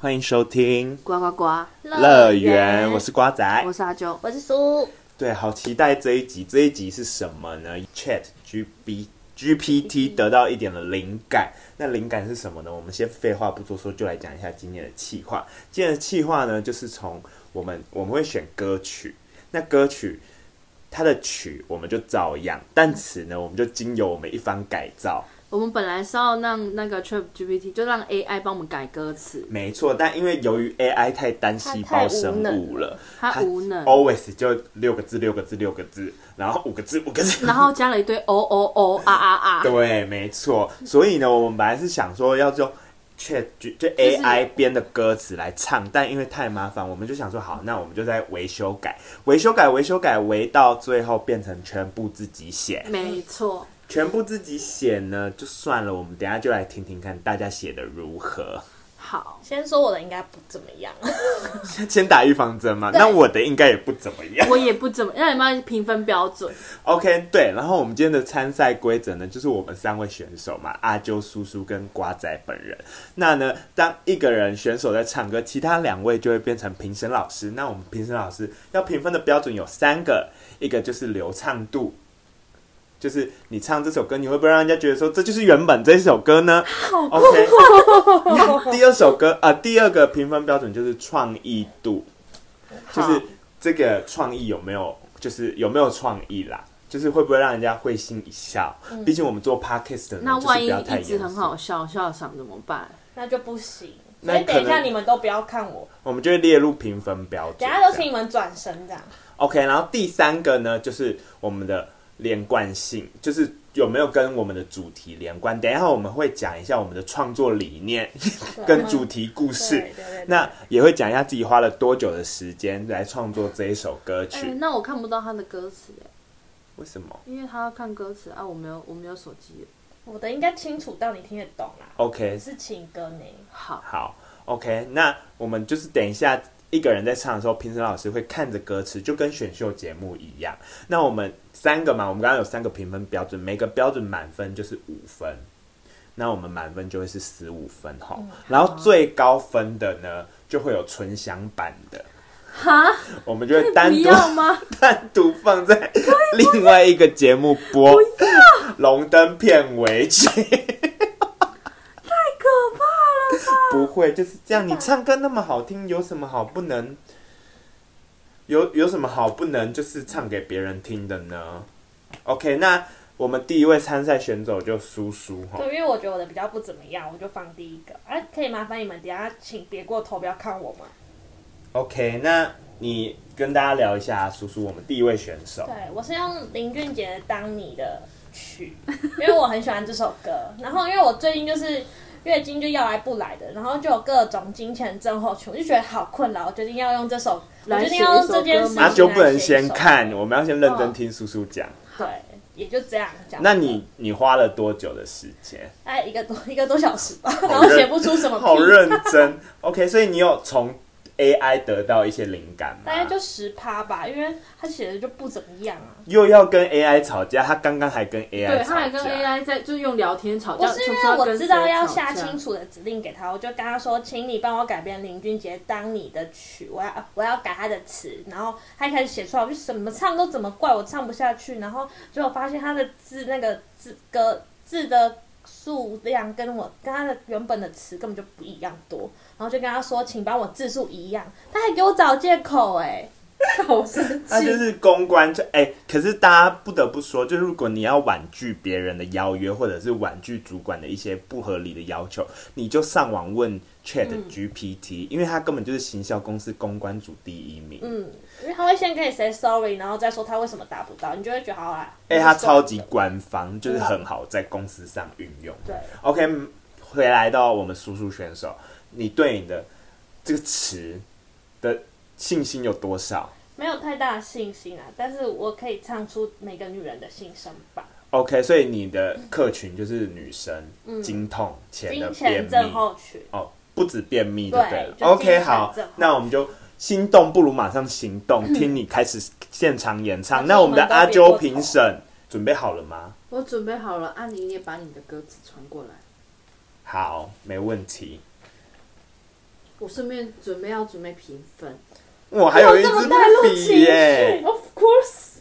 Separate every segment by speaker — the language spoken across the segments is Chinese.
Speaker 1: 欢迎收听
Speaker 2: 呱呱呱！
Speaker 1: 乐园，我是瓜仔
Speaker 2: 我。是阿啾，
Speaker 3: 我是苏，
Speaker 1: 对，好期待这一集，这一集是什么呢？Chat G B G P T 得到一点的灵感，那灵感是什么呢？我们先废话不多说，就来讲一下今年的企划。今年的企划呢，就是从我们我们会选歌曲，那歌曲它的曲我们就照样，但此呢，我们就经由我们一番改造。
Speaker 2: 我们本来是要让那个 Chat GPT 就让 AI 帮我们改歌词，
Speaker 1: 没错，但因为由于 AI 太单细胞生物了，
Speaker 2: 它太无能了它
Speaker 1: always 就六个字、六个字、六个字，然后五个字、五个字，
Speaker 2: 然后加了一堆哦哦哦啊啊啊，
Speaker 1: 对，没错。所以呢，我们本来是想说要用 Chat 就就 AI 编的歌词来唱，但因为太麻烦，我们就想说好，那我们就在维修改、维修改、维修改，维到最后变成全部自己写。
Speaker 2: 没错，
Speaker 1: 全部自己写呢就算了，我们等一下就来听听看大家写的如何。
Speaker 2: 好，
Speaker 3: 先说我的应该不怎么样，
Speaker 1: 先打预防针嘛，那我的应该也不怎么样。
Speaker 2: 我也不怎么，那你们要评分标准，
Speaker 1: OK，对，然后我们今天的参赛规则呢，就是我们三位选手嘛，阿啾、叔叔跟瓜仔本人。那呢，当一个人选手在唱歌，其他两位就会变成评审老师。那我们评审老师要评分的标准有三个，一个就是流畅度，就是你唱这首歌，你会不会让人家觉得说这就是原本这一首歌呢？OK，那第二首歌啊、呃第二个评分标准就是创意度，就是
Speaker 2: 好
Speaker 1: 这个创意有没有，就是有没有创意啦，就是会不会让人家会心一笑？毕竟我们做 podcast 的呢，
Speaker 2: 嗯那
Speaker 1: 就是
Speaker 2: 万一
Speaker 1: 不要太
Speaker 2: 一直
Speaker 1: 严
Speaker 2: 很
Speaker 1: 肃，
Speaker 2: 好笑，笑场怎么办？
Speaker 3: 那就不行。
Speaker 1: 那
Speaker 3: 所以等一
Speaker 1: 可
Speaker 3: 下
Speaker 1: 能
Speaker 3: 你们都不要看我，
Speaker 1: 我们就会列入评分标准。
Speaker 3: 等一下都
Speaker 1: 这
Speaker 3: 请
Speaker 1: 样
Speaker 3: 你们转身这样。
Speaker 1: OK，然后第三个呢，就是我们的连贯性，就是有没有跟我们的主题连贯。等一下我们会讲一下我们的创作理念跟主题故事
Speaker 3: 对对对对，
Speaker 1: 那也会讲一下自己花了多久的时间来创作这一首歌
Speaker 2: 哎、
Speaker 3: 嗯
Speaker 1: 曲。
Speaker 2: 那我看不到他的歌词哎，
Speaker 1: 为什么
Speaker 2: 因为他要看歌词啊，我没有，我没有手机。
Speaker 3: 我的应该清楚到你听得懂啦，
Speaker 1: ？OK，
Speaker 3: 是情歌呢。
Speaker 2: 好，
Speaker 1: 好，OK，那我们就是等一下一个人在唱的时候，评审老师会看着歌词，就跟选秀节目一样。那我们三个嘛，我们刚刚有三个评分标准，每个标准满分就是五分，那我们满分就会是十五分哈。
Speaker 2: 嗯
Speaker 1: 然后最高分的呢，就会有纯享版的，
Speaker 2: 哈，
Speaker 1: 我们就会单
Speaker 2: 不
Speaker 1: 独
Speaker 2: 要 吗？
Speaker 1: 单独放在另外一个节目播，龙灯片尾曲。
Speaker 2: 太可怕了吧！
Speaker 1: 不会，就是这样。你唱歌那么好听，有什么好不能？有有什么好不能就是唱给别人听的呢？OK，那我们第一位参赛选手就苏苏哈
Speaker 3: 对，。因为我觉得我的比较不怎么样，我就放第一个。啊，可以麻烦你们等一下请别过头，不要看我吗？
Speaker 1: OK，那你跟大家聊一下苏苏，我们第一位选手。
Speaker 3: 对，我是用林俊杰的《当你》的曲，因为我很喜欢这首歌。然后因为我最近就是月经就要来不来的，然后就有各种金钱症候群，我就觉得好困扰，我决定要用这首，我
Speaker 2: 来
Speaker 3: 决定要用
Speaker 2: 写一首
Speaker 3: 这件
Speaker 2: 歌
Speaker 3: 事
Speaker 2: 吗
Speaker 1: 阿
Speaker 3: 情
Speaker 1: 啾
Speaker 3: 来
Speaker 1: 啊不能
Speaker 3: 写一
Speaker 1: 先
Speaker 3: 首
Speaker 1: 看，
Speaker 3: 歌
Speaker 1: 我们要先认
Speaker 3: 哦
Speaker 1: 真听苏苏讲。
Speaker 3: 对，也就这样讲。
Speaker 1: 那你你花了多久的时间？
Speaker 3: 大概一个多一个多小时吧，然后写不出什么屁，
Speaker 1: 好认真。OK，所以你有从 AI 得到一些灵感吗？
Speaker 3: 大概就十趴吧，因为他写的就不怎么样啊。
Speaker 1: 又要跟 AI 吵架，他刚刚还跟 AI 吵
Speaker 2: 对，
Speaker 1: 架，
Speaker 2: 他还跟 AI 在就是用聊天吵
Speaker 3: 不
Speaker 2: 架，
Speaker 3: 是
Speaker 2: 呃从
Speaker 3: 因
Speaker 2: 此
Speaker 3: 为
Speaker 2: 要
Speaker 3: 我
Speaker 2: 跟
Speaker 3: 知道
Speaker 2: 谁
Speaker 3: 要
Speaker 2: 吵
Speaker 3: 下
Speaker 2: 架
Speaker 3: 清楚的指令给他，我就跟他说，请你帮我改编林俊杰《当你的曲》，我要我要改他的词，然后他一开始写出来，我就怎么唱都怎么怪，我唱不下去，然后结果发现他的字那个字歌字的数量跟我跟他的原本的词根本就不一样多，然后就跟他说，请帮我字数一样，他还给我找借口、哎，好生
Speaker 1: 他就
Speaker 3: 气。
Speaker 1: 是公关就哎、可是大家不得不说，就如果你要婉拒别人的邀约，或者是婉拒主管的一些不合理的要求，你就上网
Speaker 2: 嗯
Speaker 1: 问 Chat GPT，、因为他根本就是行销公司公关组第一名。
Speaker 3: 嗯，因为他会先跟你 say sorry，然后再说他为什么达不到，你就会觉得好啦。
Speaker 1: 哎、
Speaker 3: 那就
Speaker 1: 他
Speaker 3: 算
Speaker 1: 超级
Speaker 3: 了
Speaker 1: 官方，就是很好在公司上运用。
Speaker 2: 嗯
Speaker 3: 对。
Speaker 1: OK，回来到我们叔叔选手，你对你的这个词的信心有多少？
Speaker 3: 没有太大的信心啊，但是我可以唱出每个女人的心声吧。
Speaker 1: OK，所以你的客群就是女生，经痛前的
Speaker 3: 金
Speaker 1: 便
Speaker 3: 钱症
Speaker 1: 秘
Speaker 3: 候群，
Speaker 1: 哦，不止便秘就对了。
Speaker 3: 对就
Speaker 1: OK，
Speaker 3: 经常
Speaker 1: 好
Speaker 3: 症候，
Speaker 1: 那我们就心动不如马上行动，听你开始现场演唱。那我们的
Speaker 3: 那
Speaker 1: 阿
Speaker 3: 所以我
Speaker 1: 啾
Speaker 3: 们都别过头
Speaker 1: 评审准备好了吗？
Speaker 2: 我准备好了，安妮也把你的歌词传过来。
Speaker 1: 好，没问题。
Speaker 2: 我顺便准备要准备评分，
Speaker 1: 我还有一
Speaker 4: 这
Speaker 1: 支
Speaker 4: 么带入
Speaker 1: 笔
Speaker 4: 情绪
Speaker 1: 耶，
Speaker 4: ，Of course，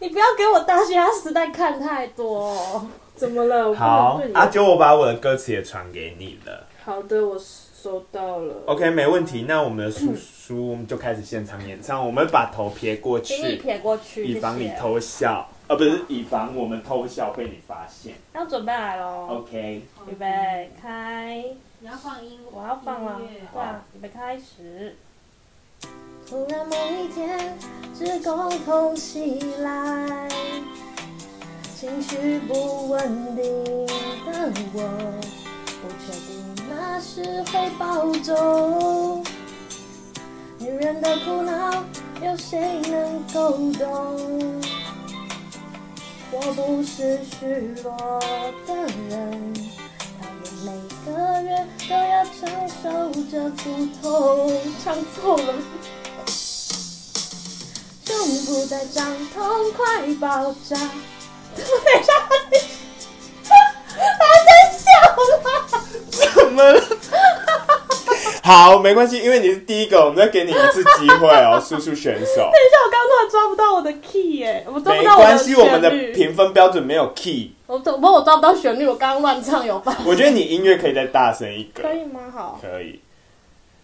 Speaker 4: 你不要给我大学时代看太多、
Speaker 3: 哦
Speaker 2: 怎么了？我不能
Speaker 1: 好啊
Speaker 2: 问，你。
Speaker 1: 阿九，我把我的歌词也传给你了。
Speaker 2: 好的，我收到了。
Speaker 1: OK，没问题。那我们的叔叔，我们就开始现场演唱。我们把头撇过
Speaker 4: 请你
Speaker 1: 去，
Speaker 4: 撇过去，
Speaker 1: 以防
Speaker 4: 谢
Speaker 1: 你
Speaker 4: 谢
Speaker 1: 偷笑，啊，不是，以防我们偷笑被你发现。
Speaker 4: 要准备来喽，
Speaker 1: OK，
Speaker 4: 预备开，
Speaker 2: 你要放音
Speaker 4: 我要嗯放了，对啊，预备开始。突然某一天，只共空袭来，情绪不稳定的我，不确定那是回报中。女人的苦恼，有谁能够懂？我不是虚弱的人，讨厌每个月都要承受着苦痛。唱错了。胸部在胀痛，快爆炸！等一下，他在笑了。
Speaker 1: 怎么了？ 好，没关系，因为你是第一个，我们再给你一次机会哦，叔叔选 手。
Speaker 4: 等一下，我刚刚突然抓不到我的 key 耶，我抓
Speaker 1: 没
Speaker 4: 不到我
Speaker 1: 关
Speaker 4: 的
Speaker 1: 系，我们的
Speaker 4: 旋律
Speaker 1: 评分标准没有 key，
Speaker 4: 我怎么我抓不到旋律？我刚刚乱唱有吧？
Speaker 1: 我觉得你音乐可以再大声一个，
Speaker 4: 可以吗？好，
Speaker 1: 可以。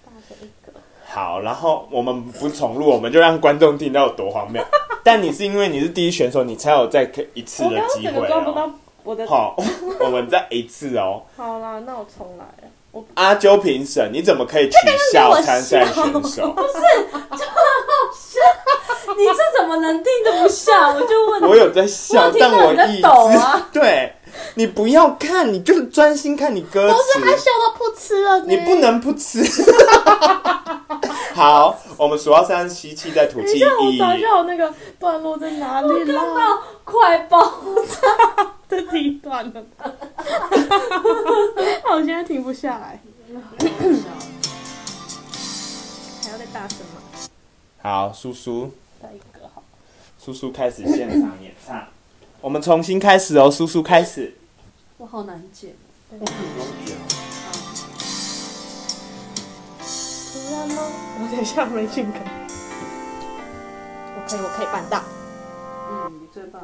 Speaker 4: 大声一个。
Speaker 1: 好，然后我们不重录，我们就让观众听到有多荒谬。 但你是因为你是第一选手，你才有再一次
Speaker 4: 我
Speaker 1: 的
Speaker 4: 刚刚
Speaker 1: 机
Speaker 4: 整个
Speaker 1: 会
Speaker 4: 抓不
Speaker 1: 哦。
Speaker 4: 到我的。
Speaker 1: 好，我们再一次哦。
Speaker 4: 好啦，那我重来了。我
Speaker 1: 阿啾评审，你怎么可以取笑参赛选 手？
Speaker 2: 你这怎么能定得不下？我就问你，
Speaker 1: 我有在笑，
Speaker 2: 我听
Speaker 1: 但
Speaker 2: 到
Speaker 1: 我
Speaker 2: 你在
Speaker 1: 一直、
Speaker 2: 抖 啊
Speaker 1: 对你不要看，你就专心看你歌
Speaker 4: 不是他
Speaker 1: 词，
Speaker 4: 笑到噗嗤了呢。
Speaker 1: 你不能不 吃。好，我们数到三，吸气，再吐
Speaker 4: 等一
Speaker 1: 气，
Speaker 4: 下，我
Speaker 1: 一。
Speaker 4: 找一下我那个段落在哪里啦？
Speaker 2: 快爆！
Speaker 4: 这挺短的。那我现在停不下来，还要再大声吗？
Speaker 1: 好，叔叔，
Speaker 4: 再一个好。
Speaker 1: 叔叔开始现场演唱，我们重新开始哦，叔叔开 始。
Speaker 2: 我好难解。
Speaker 4: 突然吗？我等一下没进歌。我可以，我可以办到。
Speaker 2: 嗯，你最棒。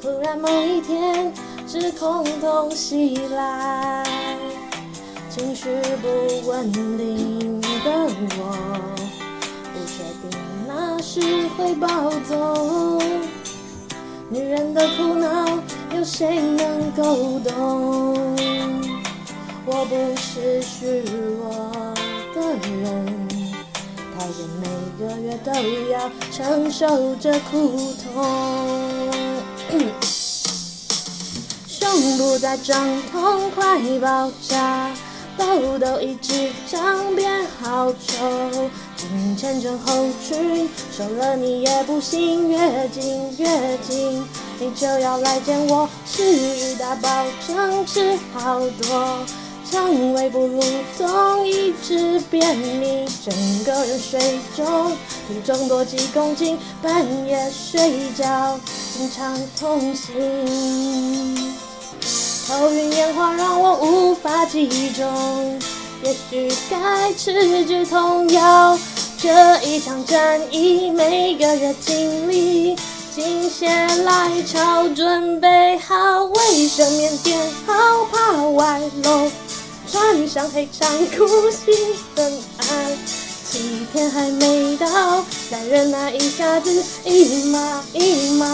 Speaker 4: 突然某一天，只空洞袭来，情绪不稳定的我，不确定那是会暴走。女人的苦恼，有谁能够懂？我不是虚弱的人。讨厌每个月都要承受着苦痛。胸部在胀痛，快爆炸，痘痘一直长变好丑，紧牵着后裙，受了你也不行，越近越近，你就要来见我，是雨大保证吃好多。肠胃不蠕动，一直便秘，整个人水肿，体重多几公斤，半夜睡觉，经常痛醒。头晕眼花让我无法集中，也许该吃止痛药。这一场战役，每个月经历，心血来潮，准备好卫生棉垫，好怕外露。穿上黑长裤，兴奋啊爱，七天还没到，再忍耐一下子，一码一码，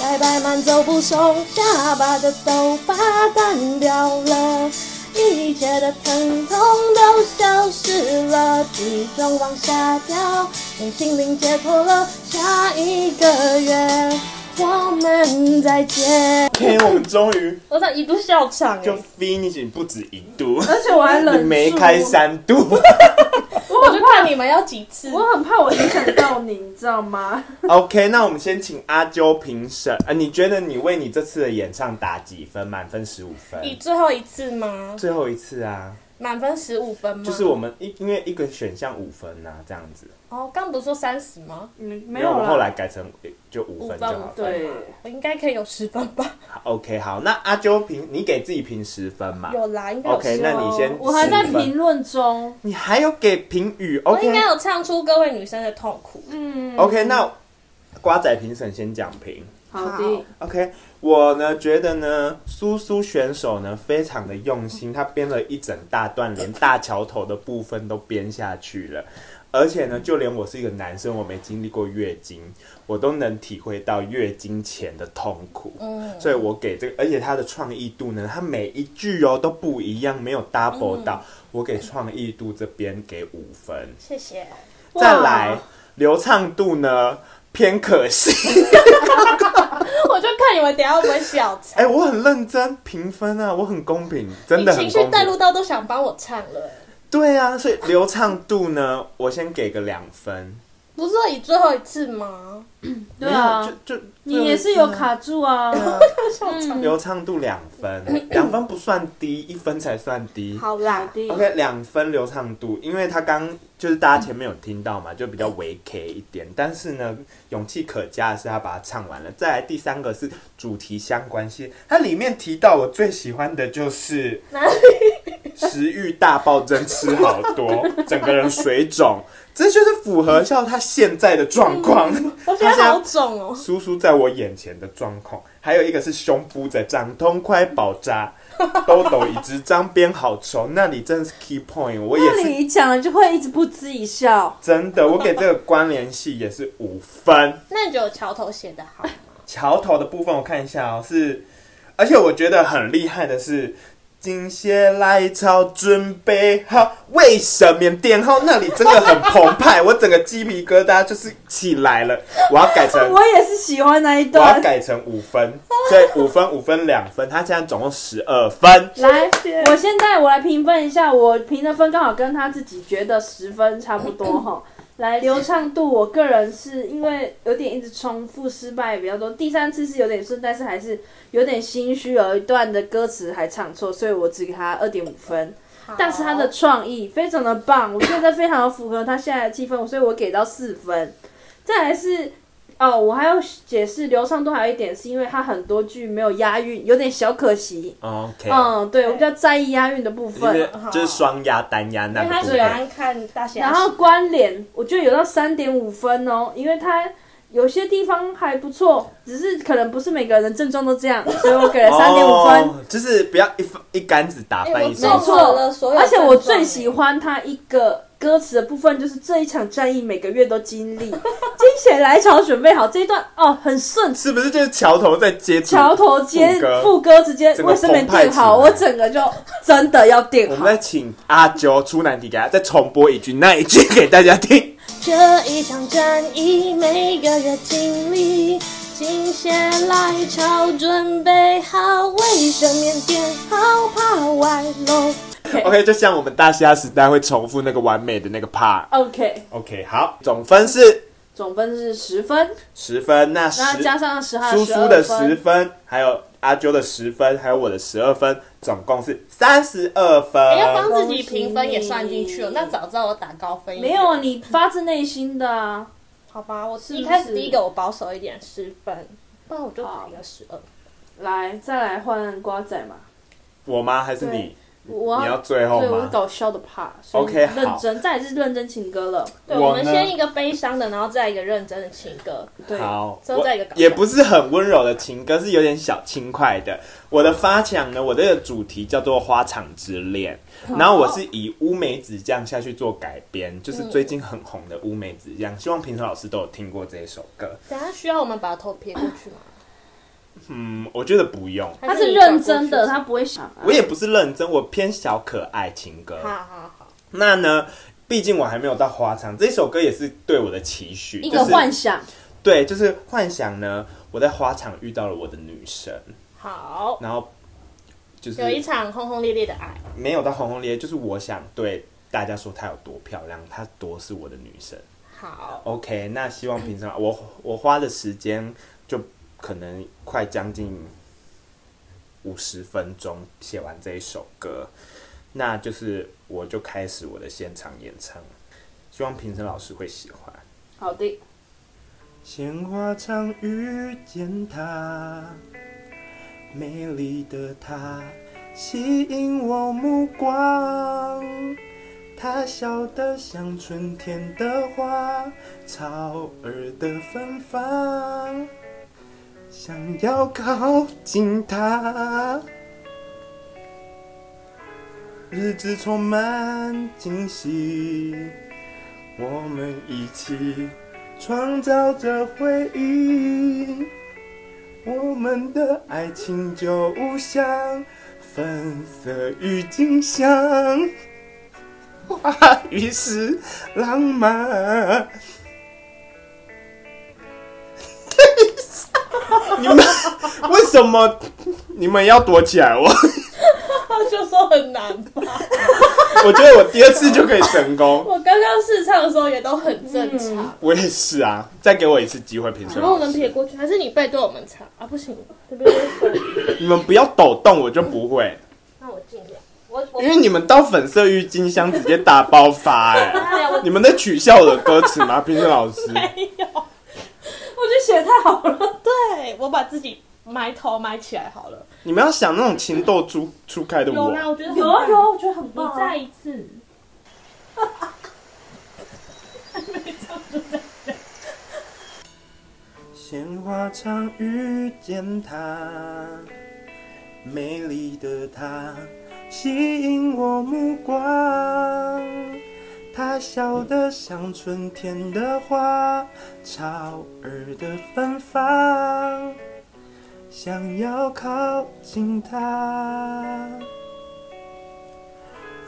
Speaker 4: 拜拜慢走不送，下巴的痘疤淡掉了，一切的疼痛都消失了，体重往下掉，身心灵解脱了，下一个月我们再见。
Speaker 1: OK，我们终于
Speaker 4: 我想一度笑场、
Speaker 1: 就 finish 不止一度，
Speaker 2: 而且我还
Speaker 1: 你
Speaker 2: 冷
Speaker 1: 没开三度。
Speaker 2: 我很怕
Speaker 4: 你们要几次
Speaker 2: 我很怕我影响到你，你知道吗？
Speaker 1: OK，那我们先请阿啾评审啊，你觉得你为你这次的演唱打几分？满分十五分，
Speaker 4: 你最后一次吗？
Speaker 1: 最后一次啊，
Speaker 3: 满分十五
Speaker 2: 嗯
Speaker 3: 分吗？
Speaker 1: 就是我们一因为一个选项五分呐、这样子，
Speaker 3: 哦，刚不是说三十吗？
Speaker 2: 嗯，
Speaker 1: 因
Speaker 2: 没
Speaker 1: 为我
Speaker 2: 有
Speaker 1: 们
Speaker 2: 啦。
Speaker 1: 后来改成就五分就好
Speaker 3: 五分
Speaker 1: 了
Speaker 3: 五。分
Speaker 2: 对，
Speaker 3: 我应该可以有十分吧？
Speaker 1: 好 OK，好，那阿啾评你给自己评十分嘛
Speaker 3: 有啦，应该有十
Speaker 1: OK，
Speaker 3: 分。
Speaker 1: 那你先
Speaker 2: 我还在
Speaker 1: 10分
Speaker 2: 评论中。
Speaker 1: 你还有给评语
Speaker 3: 我
Speaker 1: OK
Speaker 3: 应该有唱出各位女生的痛苦。
Speaker 2: 嗯
Speaker 1: OK，那瓜仔评审先讲评。
Speaker 2: 好的，
Speaker 1: OK，我呢觉得呢，苏苏选手呢非常的用心，他编了一整大段，连大桥头的部分都编下去了。而且呢，就连我是一个男生，我没经历过月经，我都能体会到月经前的痛苦。
Speaker 3: 嗯，
Speaker 1: 所以我给这个，而且他的创意度呢，他每一句哦都不一样，没有 double 到。我给创意度这边给五分，
Speaker 3: 谢谢。
Speaker 2: 哇
Speaker 1: 再来流畅度呢偏可惜。
Speaker 3: 我就看你们等一下会不会笑场。
Speaker 1: 哎、我很认真评分啊，我很公平，真的很
Speaker 3: 你情绪
Speaker 1: 公
Speaker 3: 带入
Speaker 1: 平。
Speaker 3: 到都想帮我唱了，
Speaker 1: 对啊，所以流畅度呢，我先给个两分。
Speaker 3: 不是说以最后一次吗？
Speaker 2: 对啊
Speaker 1: 没有，就就
Speaker 2: 你也是有。卡住啊。
Speaker 3: 笑场。
Speaker 1: 流畅度两分，两分不算低，一分才算低。
Speaker 3: 好
Speaker 2: 好
Speaker 3: 啦，
Speaker 2: 的
Speaker 1: OK，两分流畅度，因为他刚就是大家前面有听到嘛，就比较微 K 一点，但是呢，勇气可嘉的是他把它唱完了。再来第三个是主题相关性，它里面提到我最喜欢的就是
Speaker 3: 哪里
Speaker 1: 食欲大暴增，吃好多， 整个人水肿，这就是符合像他现在的状况。
Speaker 3: 我觉
Speaker 1: 他现
Speaker 3: 得好
Speaker 1: 在
Speaker 3: 肿哦。
Speaker 1: 叔叔在我眼前的状况，还有一个是胸部在胀痛，快爆炸， 痘痘已直张，边好稠，那里真是 key point，我也
Speaker 2: 那
Speaker 1: 是
Speaker 2: 你一讲了就会一直不知一笑。
Speaker 1: 真的，我给这个关联系也是五分。
Speaker 3: 那你觉得桥头写的 好吗？
Speaker 1: 桥头的部分我看一下哦，是，而且我觉得很厉害的是。金蟹来潮，准备好。为什么缅甸号那里真的很澎湃？我整个鸡皮疙瘩就是起来了。我要改成
Speaker 2: 我也是喜欢那一
Speaker 1: 我要
Speaker 2: 段。
Speaker 1: 改成五分，所以五分五分两分，他现在总共十二分。
Speaker 2: 来
Speaker 3: 谢谢，
Speaker 2: 我现在我来评分一下，我评的分刚好跟他自己觉得十分差不多哈。来，流畅度，我个人是因为有点一直重复失败比较多，第三次是有点顺，但是还是有点心虚，有一段的歌词还唱错，所以我只给他二点五分。但是他的创意非常的棒，我觉得非常的符合他现在的气氛，所以我给到四分。再来是哦，我还要解释流畅度还有一点是因为他很多句没有押韵，有点小可惜。
Speaker 1: 哦 OK，、
Speaker 2: 嗯，对，我比较在意押韵的部
Speaker 1: 就是
Speaker 2: 分。
Speaker 1: 就是双压单压那
Speaker 3: 因为
Speaker 1: 个
Speaker 3: 他
Speaker 1: 部
Speaker 3: 喜
Speaker 1: 分。
Speaker 3: 欢看大写，
Speaker 2: 然后关联，我觉得有到三点五分哦，因为它有些地方还不错，只是可能不是每个人的症状都这样，所以我给了三点五分。
Speaker 1: 哦，就是不要一分一竿子打
Speaker 3: 哎
Speaker 1: 翻
Speaker 3: 我
Speaker 1: 一
Speaker 3: 知
Speaker 1: 艘
Speaker 3: 道
Speaker 1: 船。
Speaker 2: 没
Speaker 3: 综合了所
Speaker 2: 错，
Speaker 3: 有
Speaker 2: 而且我最
Speaker 3: 症状
Speaker 2: 喜欢它一个歌词的部分，就是这一场战役每个月都经历，惊血来潮准备好这一段哦，很顺。
Speaker 1: 是不是就是桥头在接触？
Speaker 2: 桥头接
Speaker 1: 副歌
Speaker 2: 副歌直接
Speaker 1: 整个
Speaker 2: 卫生棉
Speaker 1: 澎湃
Speaker 2: 垫好，
Speaker 1: 起来
Speaker 2: 我整个就真的要垫
Speaker 1: 我们
Speaker 2: 好。
Speaker 1: 再请阿啾出难题，给他再重播一句那一句给大家 听。
Speaker 3: 这一场战役每个月经历，心血来潮准备好，卫生棉垫好，怕外露。
Speaker 1: OK，就像我们大虾时代会重复那个完美的那个 part。
Speaker 2: OK，
Speaker 1: OK，好，总分是
Speaker 2: 总分是十分，
Speaker 1: 十分，那十
Speaker 2: 那加上十号
Speaker 1: 叔叔的十
Speaker 2: 分，
Speaker 1: 分，还有阿啾的十分，还有我的十二分，总共是三十二分。
Speaker 3: 哎要帮自己评分也算进去了，哦那早知道我打高分一点
Speaker 2: 没有，你发自内心的啊。
Speaker 3: 好吧，我
Speaker 2: 不
Speaker 3: 一
Speaker 2: 是
Speaker 3: 开始第一个我保守一点，十分，不然我就打
Speaker 2: 好
Speaker 3: 一个十二。
Speaker 2: 来，再来换瓜仔嘛。
Speaker 1: 我吗？还是你？
Speaker 2: 我
Speaker 1: 你要最后
Speaker 2: 对，我是
Speaker 1: 吗？
Speaker 2: 搞笑的 part，所以
Speaker 1: OK，好
Speaker 2: 认真，再来是认真情歌了。
Speaker 3: 对，
Speaker 1: 我
Speaker 3: 我们
Speaker 1: 呢
Speaker 3: 先一个悲伤的，然后再一个认真的情歌。
Speaker 2: 对，
Speaker 1: 好，
Speaker 3: 最后
Speaker 1: 我
Speaker 3: 再一个搞笑
Speaker 1: 也不是很温柔的情歌，是有点小轻快的。我的发想呢，我这个主题叫做《花场之恋》，然后我是以乌梅子酱下去做改编，就是最近很红的乌梅子酱，希望评审老师都有听过这一首歌。
Speaker 3: 等一下需要我们把头撇过去吗？
Speaker 1: 嗯，我觉得不用，
Speaker 2: 他是认真的，他不会想啊。
Speaker 1: 我也不是认真，我偏小可爱情歌。
Speaker 3: 好好好，
Speaker 1: 那呢，毕竟我还没有到花场，这首歌也是对我的期许，
Speaker 2: 一
Speaker 1: 就
Speaker 2: 个
Speaker 1: 是
Speaker 2: 幻想，
Speaker 1: 对，就是幻想呢，我在花场遇到了我的女神，
Speaker 3: 好，
Speaker 1: 然后就是
Speaker 3: 有一场轰轰烈烈的爱。
Speaker 1: 没有到轰轰烈烈，就是我想对大家说她有多漂亮，她多是我的女神。
Speaker 3: 好，
Speaker 1: OK，那希望平常我我花的时间就可能快将近五十分钟写完这一首歌。那就是我就开始我的现场演唱，希望评审老师会喜欢。
Speaker 2: 好的，
Speaker 1: 鲜花常遇见她，美丽的她吸引我目光。她笑得像春天的花，草儿的芬芳。想要靠近她，日子充满惊喜，我们一起。创造着回忆，我们的爱情就像粉色郁金香，花语是浪漫。你们为什么你们要躲起来？我
Speaker 3: 他就说很难吧。
Speaker 1: 我觉得我第二次就可以成功。
Speaker 3: 我刚刚试唱的时候也都很正常。
Speaker 1: 我也是啊，再给我一次机会，评审
Speaker 3: 然后我
Speaker 1: 老
Speaker 3: 们
Speaker 1: 师，
Speaker 3: 撇过去，还是你背对我们唱啊？不行，这边有手
Speaker 1: 你们不要抖动，我就不会。
Speaker 3: 那我尽量。我我
Speaker 1: 因为你们到粉色郁金香直接大爆发哎、
Speaker 3: 哎呀，我
Speaker 1: 你们在取笑我的歌词吗？ 评审老师，
Speaker 3: 没有，
Speaker 2: 我觉得写得太好了。
Speaker 3: 对我把自己埋头埋起来好了。
Speaker 1: 你们要想那种情窦初初开的
Speaker 3: 有
Speaker 1: 我，
Speaker 3: 啦，我觉得很
Speaker 2: 有啊
Speaker 3: 棒
Speaker 2: 有啊，我觉得很棒、
Speaker 3: 你
Speaker 2: 啊。
Speaker 3: 再一次。
Speaker 1: 鲜花常遇见她，美丽的她吸引我目光。她笑得像春天的花，草儿的芬芳。想要靠近她，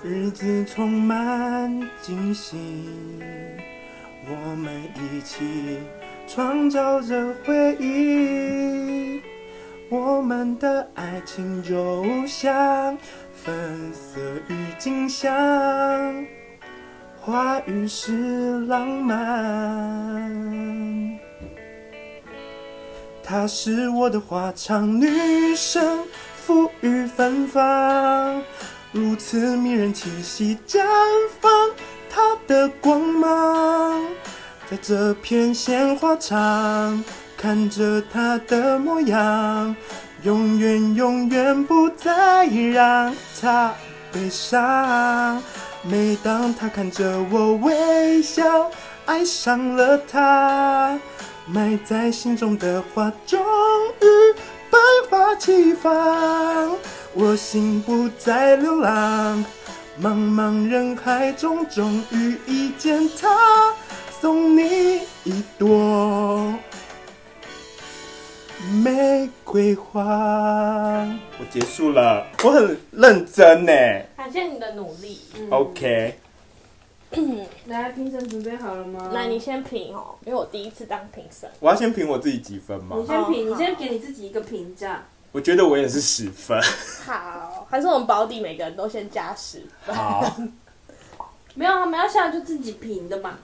Speaker 1: 日子充满惊喜。我们一起创造着回忆，我们的爱情就像粉色郁金香，花语是浪漫。她是我的花场女神，馥郁芬芳，如此迷人气息绽放她的光芒，在这片鲜花场，看着她的模样，永远永远不再让她悲伤。每当她看着我微笑，爱上了她。埋在心中的花，嗯终于百花齐放。我心不再流浪，茫茫人海中，终于遇见她，送你一朵玫瑰花。我结束了，我很认真呢。
Speaker 3: 感谢你的努力。
Speaker 1: 嗯
Speaker 3: 嗯
Speaker 1: OK，
Speaker 2: 来，评审准备好了吗？
Speaker 3: 那你先评哦，因为我第一次当评审。
Speaker 1: 我要先评我自己几分吗
Speaker 2: 你先评，
Speaker 3: 好
Speaker 2: 你先给你自己一个评价。
Speaker 1: 我觉得我也是十分。
Speaker 3: 好，还是我们保底每个人都先 加十分。
Speaker 1: 好，
Speaker 2: 没有，他们要下来就自己评的嘛。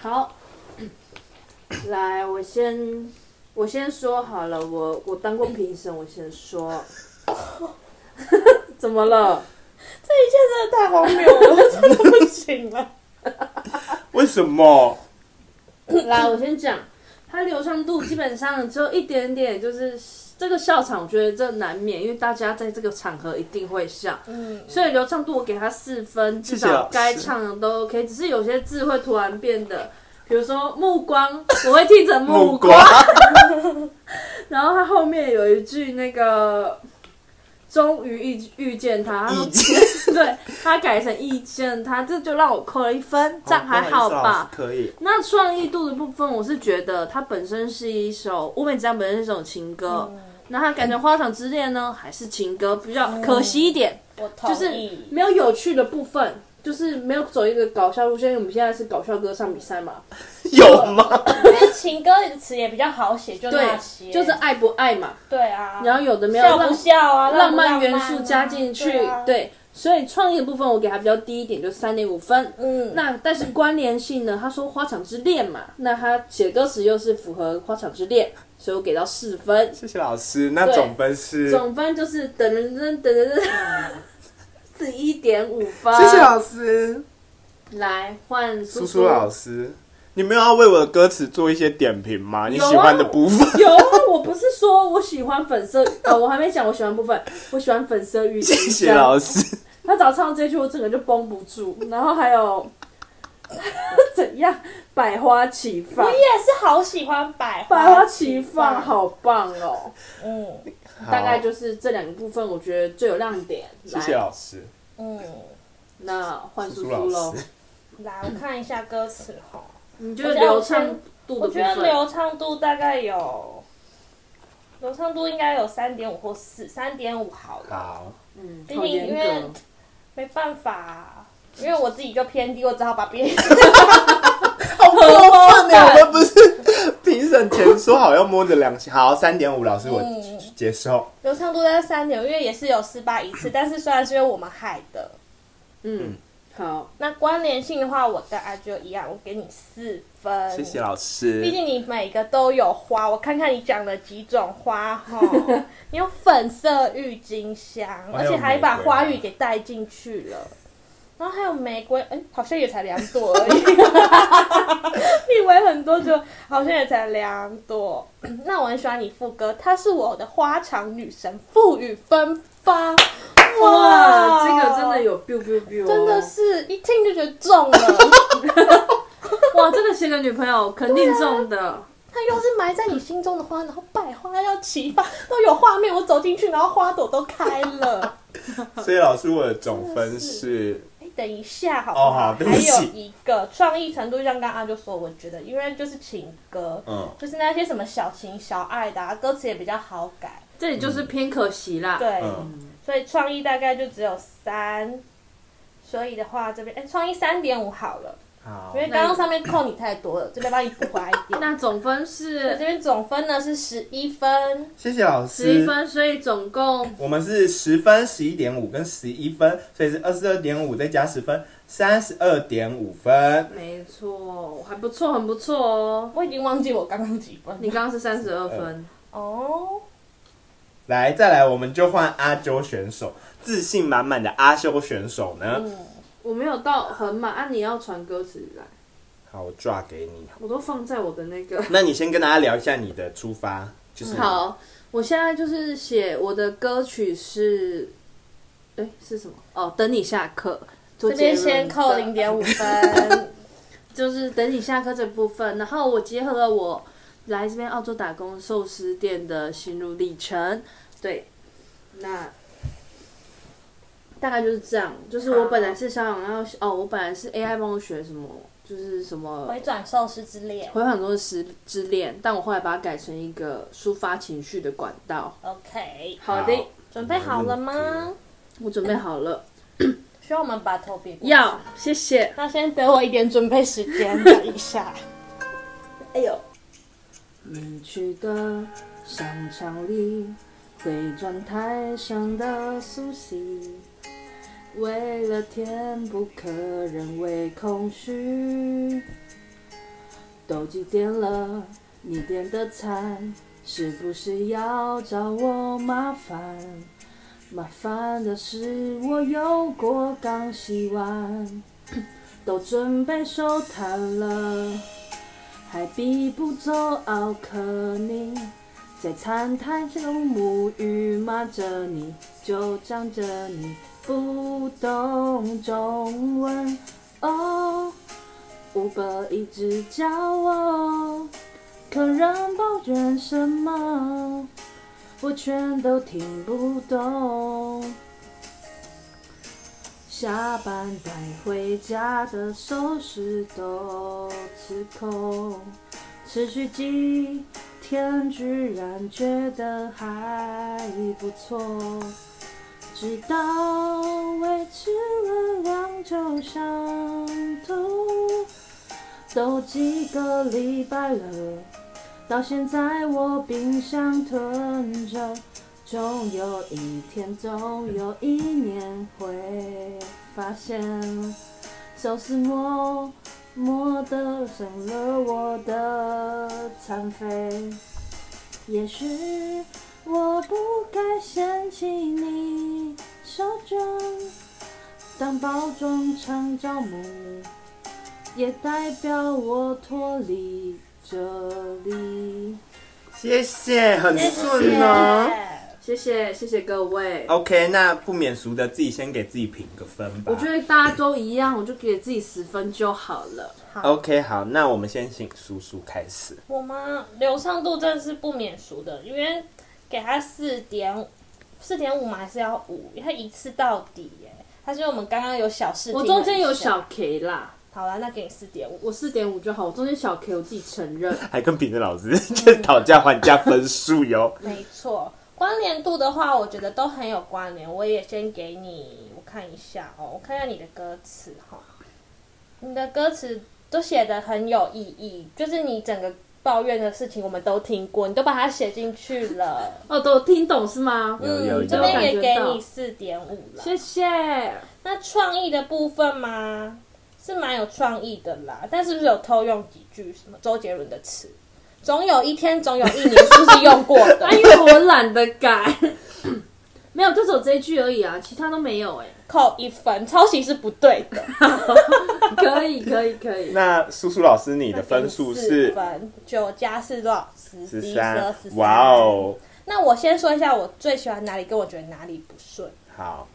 Speaker 2: 好， 来，我先我先说好了，我我当过评审，我先说。 怎么了？
Speaker 3: 这一切真的太荒谬了，我真的不行了。
Speaker 1: 为什么？
Speaker 2: 来，我先讲，它流畅度基本上只有一点点，就是这个笑场，我觉得这难免，因为大家在这个场合一定会笑，
Speaker 3: 嗯，
Speaker 2: 所以流畅度我给他四分，至
Speaker 1: 谢谢
Speaker 2: 少
Speaker 1: 老师
Speaker 2: 该唱的都 OK，只是有些字会突然变的，比如说目光，我会听成目光，然后他后面有一句那个。终于遇遇见他，他说
Speaker 1: 意见。
Speaker 2: 对他改成遇见他，这就让我扣了一分，这样还好
Speaker 1: 哦
Speaker 2: 吧？
Speaker 1: 可以。
Speaker 2: 那创意度的部分，我是觉得它本身是一首《乌美之江》本身是一首情歌，
Speaker 3: 嗯
Speaker 2: 那它感觉《花场之恋》呢还是情歌，比较可惜一点，
Speaker 3: 我同
Speaker 2: 就是
Speaker 3: 嗯意。
Speaker 2: 没有有趣的部分，就是没有走一个搞笑路线。因为我们现在是搞笑歌唱比赛嘛，
Speaker 1: 有吗？
Speaker 3: 因为情歌的词也比较好写，就嗯那些，
Speaker 2: 对，就是爱不爱嘛，
Speaker 3: 对啊。
Speaker 2: 然后有的没有
Speaker 3: 笑不
Speaker 2: 让
Speaker 3: 笑啊，
Speaker 2: 浪
Speaker 3: 不漫
Speaker 2: 漫元素加进去，
Speaker 3: 对啊，
Speaker 2: 对，所以创意的部分我给它比较低一点，就三点五分。
Speaker 3: 嗯，
Speaker 2: 那但是关联性呢？他说《花场之恋》嘛，那他写歌词又是符合《花场之恋》，所以我给到四分。
Speaker 1: 谢谢老师。那
Speaker 2: 对
Speaker 1: 总分是嗯 啊
Speaker 2: 总分就是等等等等等，是一点五分。
Speaker 1: 谢谢老师，
Speaker 2: 来换
Speaker 1: 苏
Speaker 2: 苏
Speaker 1: 苏老师，你没有要为我的歌词做一些点评吗？你
Speaker 2: 有啊
Speaker 1: 喜欢的部 分，
Speaker 2: 有啊，我不是说我喜欢粉色，呃，我还没讲我喜欢部分，我喜欢粉色郁金
Speaker 1: 谢谢
Speaker 2: 香。
Speaker 1: 老师。
Speaker 2: 他早唱这句，我整个就绷不住。然后还有 怎样百花齐放
Speaker 3: 我，也是好喜欢百
Speaker 2: 百花齐放，好棒哦！
Speaker 3: 嗯
Speaker 2: 大概
Speaker 1: 好
Speaker 2: 就是这两个部分，我觉得最有亮点。
Speaker 1: 谢谢啊
Speaker 2: 来
Speaker 1: 老师，
Speaker 3: 嗯，
Speaker 2: 那换
Speaker 1: 苏
Speaker 2: 苏
Speaker 1: 苏
Speaker 2: 苏
Speaker 1: 老
Speaker 2: 喽
Speaker 1: 师，。
Speaker 3: 来我看一下歌词哈，
Speaker 2: 你觉得流畅度的
Speaker 3: 我
Speaker 2: 部
Speaker 3: 觉得
Speaker 2: 分？
Speaker 3: 流畅度大概有，流畅度应该有三点五或四，三点五好了。
Speaker 1: 好，
Speaker 2: 嗯，
Speaker 3: 毕
Speaker 2: 好
Speaker 3: 竟因为
Speaker 2: 严格。
Speaker 3: 没办法、啊因为我自己就偏低，我只好把别人
Speaker 1: 好过分哦呢！我们不是评审前说好要摸着良心，好三点五，老师我
Speaker 3: 嗯
Speaker 1: 接受。
Speaker 3: 流畅度在三点，因为也是有失败一次，但是虽然是因为我们害的。
Speaker 2: 嗯，好，
Speaker 3: 那关联性的话，我跟阿啾一样，我给你四分。
Speaker 1: 谢啊谢老师，
Speaker 3: 毕竟你每个都有花，我看看你讲了几种花 哈。你有粉色郁金香，
Speaker 1: 我还有
Speaker 3: 而且还把
Speaker 1: 玫瑰
Speaker 3: 花语给带进去了。然后还有玫瑰，哎、好像也才两朵 而已。你以为很多就好像也才两朵。那我很喜欢你副歌，她是我的花场女神，馥郁芬芳。
Speaker 2: 哇，这个真的有 biu biu biu，哦
Speaker 3: 真的是一听就觉得中了，
Speaker 2: 哇，这个写给女朋友肯定中的。
Speaker 3: 它又是埋在你心中的花，然后百花要齐放，都有画面。我走进去，然后花朵都开 了。
Speaker 1: 所以老师我的总分是
Speaker 3: 哎，等一下好不
Speaker 1: 哦好对不
Speaker 3: 还
Speaker 1: 起
Speaker 3: 有一个创意程度，像刚刚阿就说，我觉得因为就是情歌，
Speaker 1: 嗯
Speaker 3: 就是那些什么小情小爱的、啊，歌词也比较好改。
Speaker 2: 这里就是偏可惜啦。
Speaker 3: 对，
Speaker 1: 嗯，
Speaker 3: 所以创意大概就只有三。所以的话，这边哎，创意三点五好了，
Speaker 1: 好
Speaker 3: 因，为刚刚上面扣你太多了，这边帮你补回来一点。
Speaker 2: 那总分
Speaker 3: 我这
Speaker 2: 是
Speaker 3: 边总分呢是十一分，
Speaker 1: 谢谢老
Speaker 2: 十一
Speaker 1: 师。
Speaker 2: 分，所以总共
Speaker 1: 我们是十分、十一点五跟十一分，所以是二十二点五再加十分，三十二点五分。
Speaker 2: 没错，还不错，很不错哦。
Speaker 3: 我已经忘记我刚刚几分。
Speaker 2: 你刚刚是三十二
Speaker 1: 嗯
Speaker 2: 分，
Speaker 3: 哦，
Speaker 1: 来，再来，我们就换阿修选手，自信满满的阿修选手呢。
Speaker 3: 嗯，
Speaker 2: 我没有到很满啊。你要传歌词来，
Speaker 1: 好，我抓给你。
Speaker 2: 我都放在我的那个。
Speaker 1: 那你先跟大家聊一下你的出发，就是
Speaker 2: 好，我现在就是写我的歌曲是，哎是什么？哦，等你下课。这
Speaker 3: 这边先扣零点五分。
Speaker 2: 就是等你下课这部分，然后我结合了我来这边澳洲打工寿司店的心路历程，对，那大概就是这样。就是我本来是想要哦，我本来是 AI 帮我学什么，就是什么
Speaker 3: 回转寿司之恋
Speaker 2: 回很多失之恋，但我后来把它改成一个抒发情绪的管道。
Speaker 3: ，OK，
Speaker 2: 好的，
Speaker 3: 准备好了吗？
Speaker 2: 我准备好了，
Speaker 3: 需要我们把头别过去
Speaker 2: 要谢谢。
Speaker 3: 那先给我一点准备时间，等一 下。啊哎呦，
Speaker 2: 你去的商场里，回转台上的苏西，为了填补客人为空虚，都几点了？你点的餐是不是要找我麻烦？麻烦的是我油锅刚洗完，都准备收摊了。还逼不走奥克尼，在餐台上沐浴骂着你，就仗着你不懂中文哦，五百一直教我，客人抱怨什么，我全都听不懂。下班带回家的收拾都吃空，持续几天居然觉得还不错，直到维持了两周上头，都几个礼拜了，到现在我冰箱囤着。终有一天，总有一年会发现，手是默默的成了我的残废。也许我不该嫌弃你手中当包装厂招募，也代表我脱离这里。
Speaker 5: 谢谢，很
Speaker 3: 谢
Speaker 5: 顺
Speaker 3: 谢
Speaker 5: 哦。
Speaker 3: 哎
Speaker 2: 谢谢谢谢各位。
Speaker 1: OK，那不免俗的，自己先给自己评个分吧。
Speaker 2: 我觉得大家都一样，我就给自己十分就好了。
Speaker 1: OK，好，那我们先请叔叔开始。
Speaker 3: 我吗？流畅度真的是不免俗的，因为给他四点四点五嘛，还是要五，因为他一次到底耶。他是因为我们刚刚有小事，
Speaker 2: 我中间有小 K 啦，
Speaker 3: 好啦，那给你四点五。
Speaker 2: 我四点五就好。我中间小 K 我自己承 认，
Speaker 1: 还跟评审老师 去讨价还价分数哟。
Speaker 3: 没错，关联度的话，我觉得都很有关联。我也先给你，我看一下哦，我看一下你的歌词哈，你的歌词都写的很有意义，就是你整个抱怨的事情我们都听过，你都把它写进去了。
Speaker 2: 哦，都有听懂是吗？
Speaker 1: 有有
Speaker 3: 嗯，
Speaker 1: 有
Speaker 3: 这边也给你四点五了。
Speaker 2: 谢哎谢。
Speaker 3: 那创意的部分嘛，是蛮有创意的啦，但是不是有偷用几句什么周杰伦的词？总有一天，总有一年，是不是用过的
Speaker 2: 啊，？因为我懒得改， 没有，就只有这一句而已啊，其他都没有哎、
Speaker 3: 扣一分，抄袭是不对的。
Speaker 2: 可以，可以，可以。
Speaker 1: 那叔叔老师，你的分数
Speaker 3: 四
Speaker 1: 是
Speaker 3: 分，九加四多少？十
Speaker 1: 十
Speaker 3: 一、十二、
Speaker 1: 三
Speaker 3: 十三。
Speaker 1: 哇！哦，
Speaker 3: 那我先说一下我最喜欢哪里，跟我觉得哪里不顺。
Speaker 1: 好，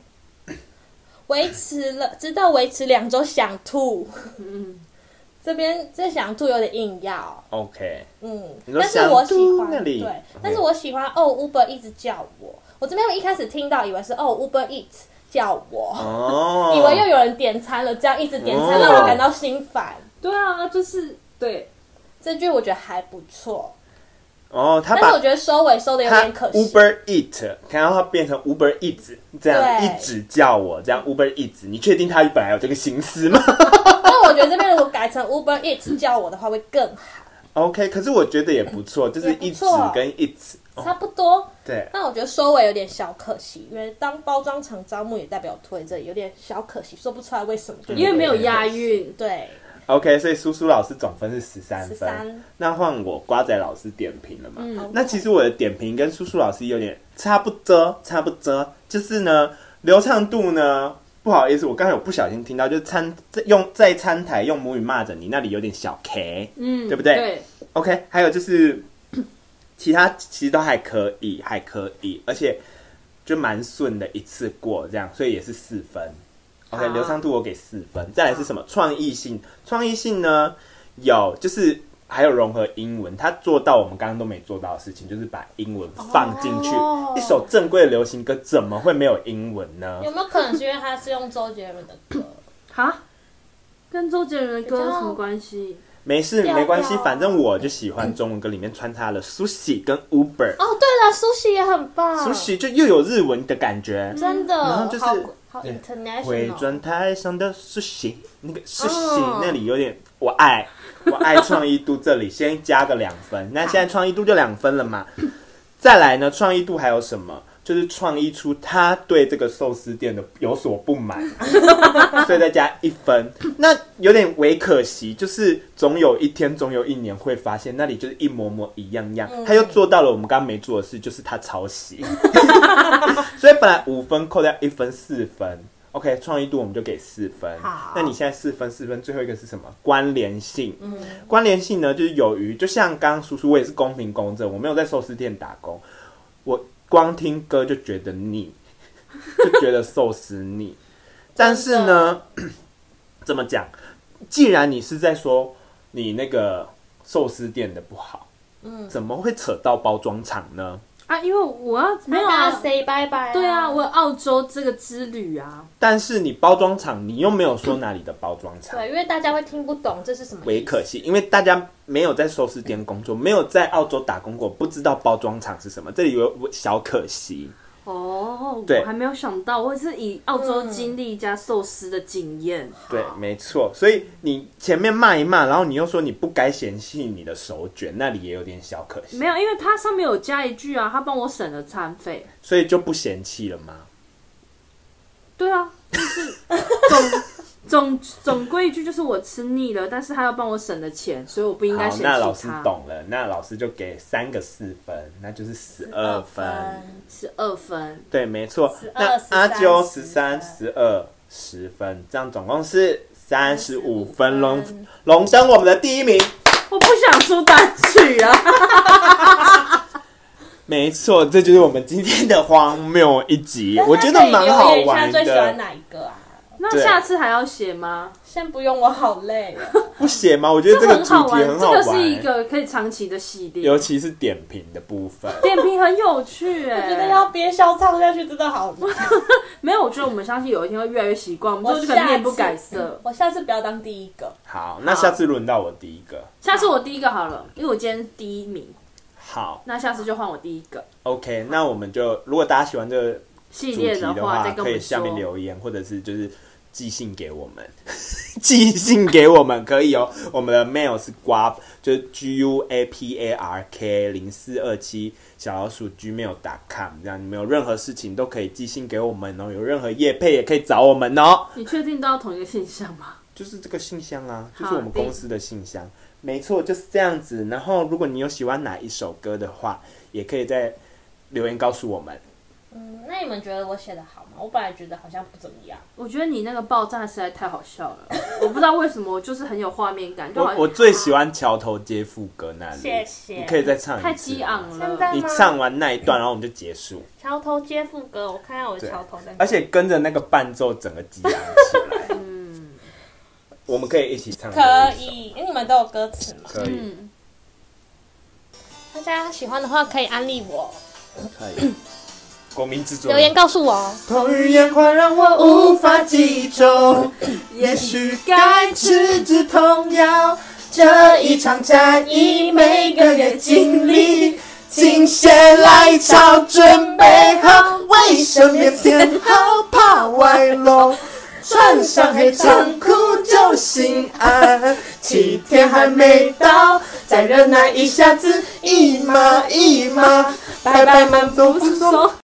Speaker 3: 维持了，直到维持两周想吐，
Speaker 2: 嗯，
Speaker 3: 这边这想吐有点硬要。
Speaker 1: OK，
Speaker 3: 嗯，
Speaker 1: 你说
Speaker 3: 但是我喜
Speaker 1: 想吐
Speaker 3: 欢
Speaker 1: 那里
Speaker 3: 对
Speaker 1: OK，
Speaker 3: 但是我喜欢哦，Uber 一直叫我，我这边一开始听到以为是哦，Uber Eat 叫我，
Speaker 1: 哦，
Speaker 3: 以为又有人点餐了，这样一直点餐
Speaker 1: 哦
Speaker 3: 让我感到心烦。
Speaker 2: 对啊，就是对，
Speaker 3: 这句我觉得还不错，
Speaker 1: 哦，他
Speaker 3: 但是我
Speaker 1: 把
Speaker 3: 觉得收尾收的有
Speaker 1: 他
Speaker 3: 点可惜。
Speaker 1: Uber Eat，看到他变成 Uber Eat 这样
Speaker 3: 对嗯
Speaker 1: 一直叫我这样 Uber Eat，你确定他本来有这个心思吗
Speaker 3: 但我觉得这边如果改成 Uber Eat 叫我的话会更好，
Speaker 1: ？OK，可是我觉得也不错，就是
Speaker 3: 也不
Speaker 1: 一直
Speaker 3: 错
Speaker 1: 跟 It，
Speaker 3: 差不多。
Speaker 1: 对，
Speaker 3: 但我觉得收尾有点小可惜，因为当包装厂招募也代表推这里有点小可惜，说不出来为什么，就
Speaker 2: 因为没有
Speaker 3: 压
Speaker 2: 押韵，
Speaker 3: 对
Speaker 1: OK，所以苏苏老师总分是十三
Speaker 3: 十
Speaker 1: 分，
Speaker 3: 三
Speaker 1: 那换我瓜仔老师点评了嘛？
Speaker 2: 嗯
Speaker 1: 那其实我的点评跟苏苏老师有点差不多，差不多，就是呢，流畅度呢，不好意思，我刚才有不小心听到，就是餐在用在餐台用母语骂着你，那里有点小 K，
Speaker 2: 嗯，
Speaker 1: 对不对
Speaker 2: 对，
Speaker 1: OK，还有就是其他其实都还可以，还可以，而且就蛮顺的，一次过这样，所以也是四分。OK，
Speaker 2: 好
Speaker 1: 流畅度我给四分。再来是什么？创意性，创意性呢有就是。还有融合英文，他做到我们刚刚都没做到的事情，就是把英文放进去。
Speaker 3: 哦
Speaker 1: 一首正规的流行歌怎么会没有英文呢？
Speaker 3: 有没有可能是因为他是用周杰伦的 歌？
Speaker 2: 哈，跟周杰伦的歌
Speaker 3: 比
Speaker 2: 有
Speaker 3: 较
Speaker 2: 什么关系？
Speaker 1: 没事，
Speaker 3: 调
Speaker 1: 没关系
Speaker 3: 调，
Speaker 1: 反正我就喜欢中文歌里面穿插了 sushi 跟 uber，
Speaker 3: 哦，对了，苏西也很棒，
Speaker 1: sushi 就又有日文的感觉。
Speaker 3: 真的，
Speaker 1: 然后就是
Speaker 3: 好好
Speaker 1: 对
Speaker 3: 哦
Speaker 1: 回
Speaker 3: international，
Speaker 1: 转台上的 sushi，那个 sushi、
Speaker 3: 哦
Speaker 1: 那里有点，我爱，我爱创意度这里先加个两分，那现在创意度就两分了嘛。再来呢，创意度还有什么？就是创意出他对这个寿司店的有所不满，所以再加一分。那有点为可惜，就是总有一天，总有一年会发现那里就是一模模一样样。
Speaker 3: 嗯
Speaker 1: 他又做到了我们刚刚没做的事，就是他抄袭。 所以本来五分扣掉一分，四分。OK，创意度我们就给四分
Speaker 3: 好。
Speaker 1: 那你现在四分，四分，最后一个是什么？关联性。
Speaker 3: 嗯，
Speaker 1: 关联性呢，就是有于，就像刚刚叔叔，我也是公平公正，我没有在寿司店打工，我光听歌就觉得腻， 就觉得寿司 腻。但是呢， 怎么讲？既然你是在说你那个寿司店的不好，
Speaker 3: 嗯
Speaker 1: 怎么会扯到包装厂呢？
Speaker 2: 啊，因为我要没
Speaker 3: 没
Speaker 2: 有
Speaker 3: 有啊
Speaker 2: 啊，
Speaker 3: ，say bye bye，
Speaker 2: 对啊，我有澳洲这个之旅啊，
Speaker 1: 但是你包装厂，你又没有说哪里的包装厂，
Speaker 3: 对，因为大家会听不懂这是什么意思，
Speaker 1: 为可惜，因为大家没有在寿司店工作，没有在澳洲打工过，不知道包装厂是什么，这里有小可惜。
Speaker 2: 哦，
Speaker 1: 对
Speaker 2: 我还没有想到，我是以澳洲经历加寿司的经验，
Speaker 1: 对，没错。所以你前面骂一骂，然后你又说你不该嫌弃你的手卷，那里也有点小可惜，
Speaker 2: 没有，因为它上面有加一句啊，他帮我省了餐费。
Speaker 1: 所以就不嫌弃了吗？
Speaker 2: 对啊，就是总 总总归一句就是我吃腻了，但是他要帮我省了钱，所以我不应该
Speaker 1: 好
Speaker 2: 嫌，弃他。
Speaker 1: 那老师懂了，那老师就给三个四分，那就是十二分。
Speaker 3: 分
Speaker 2: 十二分，
Speaker 1: 对，没错
Speaker 3: 12。
Speaker 1: 那
Speaker 3: 13
Speaker 1: 阿啾
Speaker 3: 13
Speaker 1: 十三、十二，十分，这样总共是三十五分，荣荣登我们的第一名。
Speaker 2: 我不想出单曲啊！
Speaker 1: 没错，这就是我们今天的荒谬一集，我觉得蛮好玩
Speaker 3: 大家可以留言一下最喜欢
Speaker 1: 的。
Speaker 3: 哪一个啊？
Speaker 2: 那
Speaker 1: 对
Speaker 2: 下次还要写吗？
Speaker 3: 先不用，我好累 哦。
Speaker 1: 不写吗？我觉得这个
Speaker 2: 很
Speaker 1: 主
Speaker 2: 好
Speaker 1: 题
Speaker 2: 玩，
Speaker 1: 很
Speaker 2: 这
Speaker 1: 好
Speaker 2: 个
Speaker 1: 玩，
Speaker 2: 是一个可以长期的系列
Speaker 1: 尤，其是点评的部分。
Speaker 2: 点评很有趣哎、
Speaker 3: 我觉得要憋笑唱下去真的好累。
Speaker 2: 没有，我觉得我们相信有一天会越来越习惯，我们之后
Speaker 3: 我
Speaker 2: 就可能
Speaker 3: 下
Speaker 2: 面
Speaker 3: 次嗯
Speaker 2: 不改色。
Speaker 3: 我下次不要当第一个。
Speaker 1: 好，那下次轮到我第一个。
Speaker 2: 下次我第一个好了，因为我今天是第一名，
Speaker 1: 好
Speaker 2: 那下次就换我第一个
Speaker 1: ，OK，那我们就如果大家喜欢这个
Speaker 2: 系
Speaker 1: 主
Speaker 2: 列
Speaker 1: 题的
Speaker 2: 话，再跟
Speaker 1: 可
Speaker 2: 我
Speaker 1: 以
Speaker 2: 们
Speaker 1: 下面
Speaker 2: 说。
Speaker 1: 留言，或者是就是寄信给我们， 寄信给我们可以哦。我们的 mail 是瓜，就是 g u a p a r k 零四二七小老鼠 gmail.com，这样你们有任何事情都可以寄信给我们哦，有任何业配也可以找我们哦，
Speaker 2: 你确定都要同一个信箱吗？
Speaker 1: 就是这个信箱啊，就
Speaker 2: 好
Speaker 1: 是我们公司的信箱，没错，就是这样子。然后如果你有喜欢哪一首歌的话，也可以在留言告诉我们。
Speaker 3: 嗯，那你们觉得我写的好吗？我本来觉得好像不怎么样。
Speaker 2: 我觉得你那个爆炸实在太好笑了，我不知道为什么，我就是很有画面感，就好
Speaker 1: 我我
Speaker 2: 像
Speaker 1: 最喜欢桥头接副歌那里，
Speaker 3: 谢谢
Speaker 1: 你可以再唱一次。啊
Speaker 2: 太激昂
Speaker 3: 现
Speaker 2: 了。
Speaker 3: 在
Speaker 1: 你
Speaker 3: 吗？
Speaker 1: 唱完那一段，然后我们就结束，
Speaker 3: 桥头接副歌，我看看我的桥头在哪。
Speaker 1: 而且跟着那个伴奏整个激昂起来。
Speaker 2: 嗯
Speaker 1: 我们可以一起唱。
Speaker 3: 可。以，哎，你们都有歌词吗？
Speaker 1: 可以，
Speaker 2: 嗯，
Speaker 3: 大家喜欢的话可以安利我，
Speaker 1: 可 以。国民制作人
Speaker 3: 留言告诉我哦。
Speaker 1: 同语言话让我无法记住，也许该吃止痛药。这一场战役每个月经历，心血来潮准备好卫生棉、片好怕外露，穿上黑长裤就心安。七天还没到，再忍耐一下子，一麻一麻，拜拜满足不松。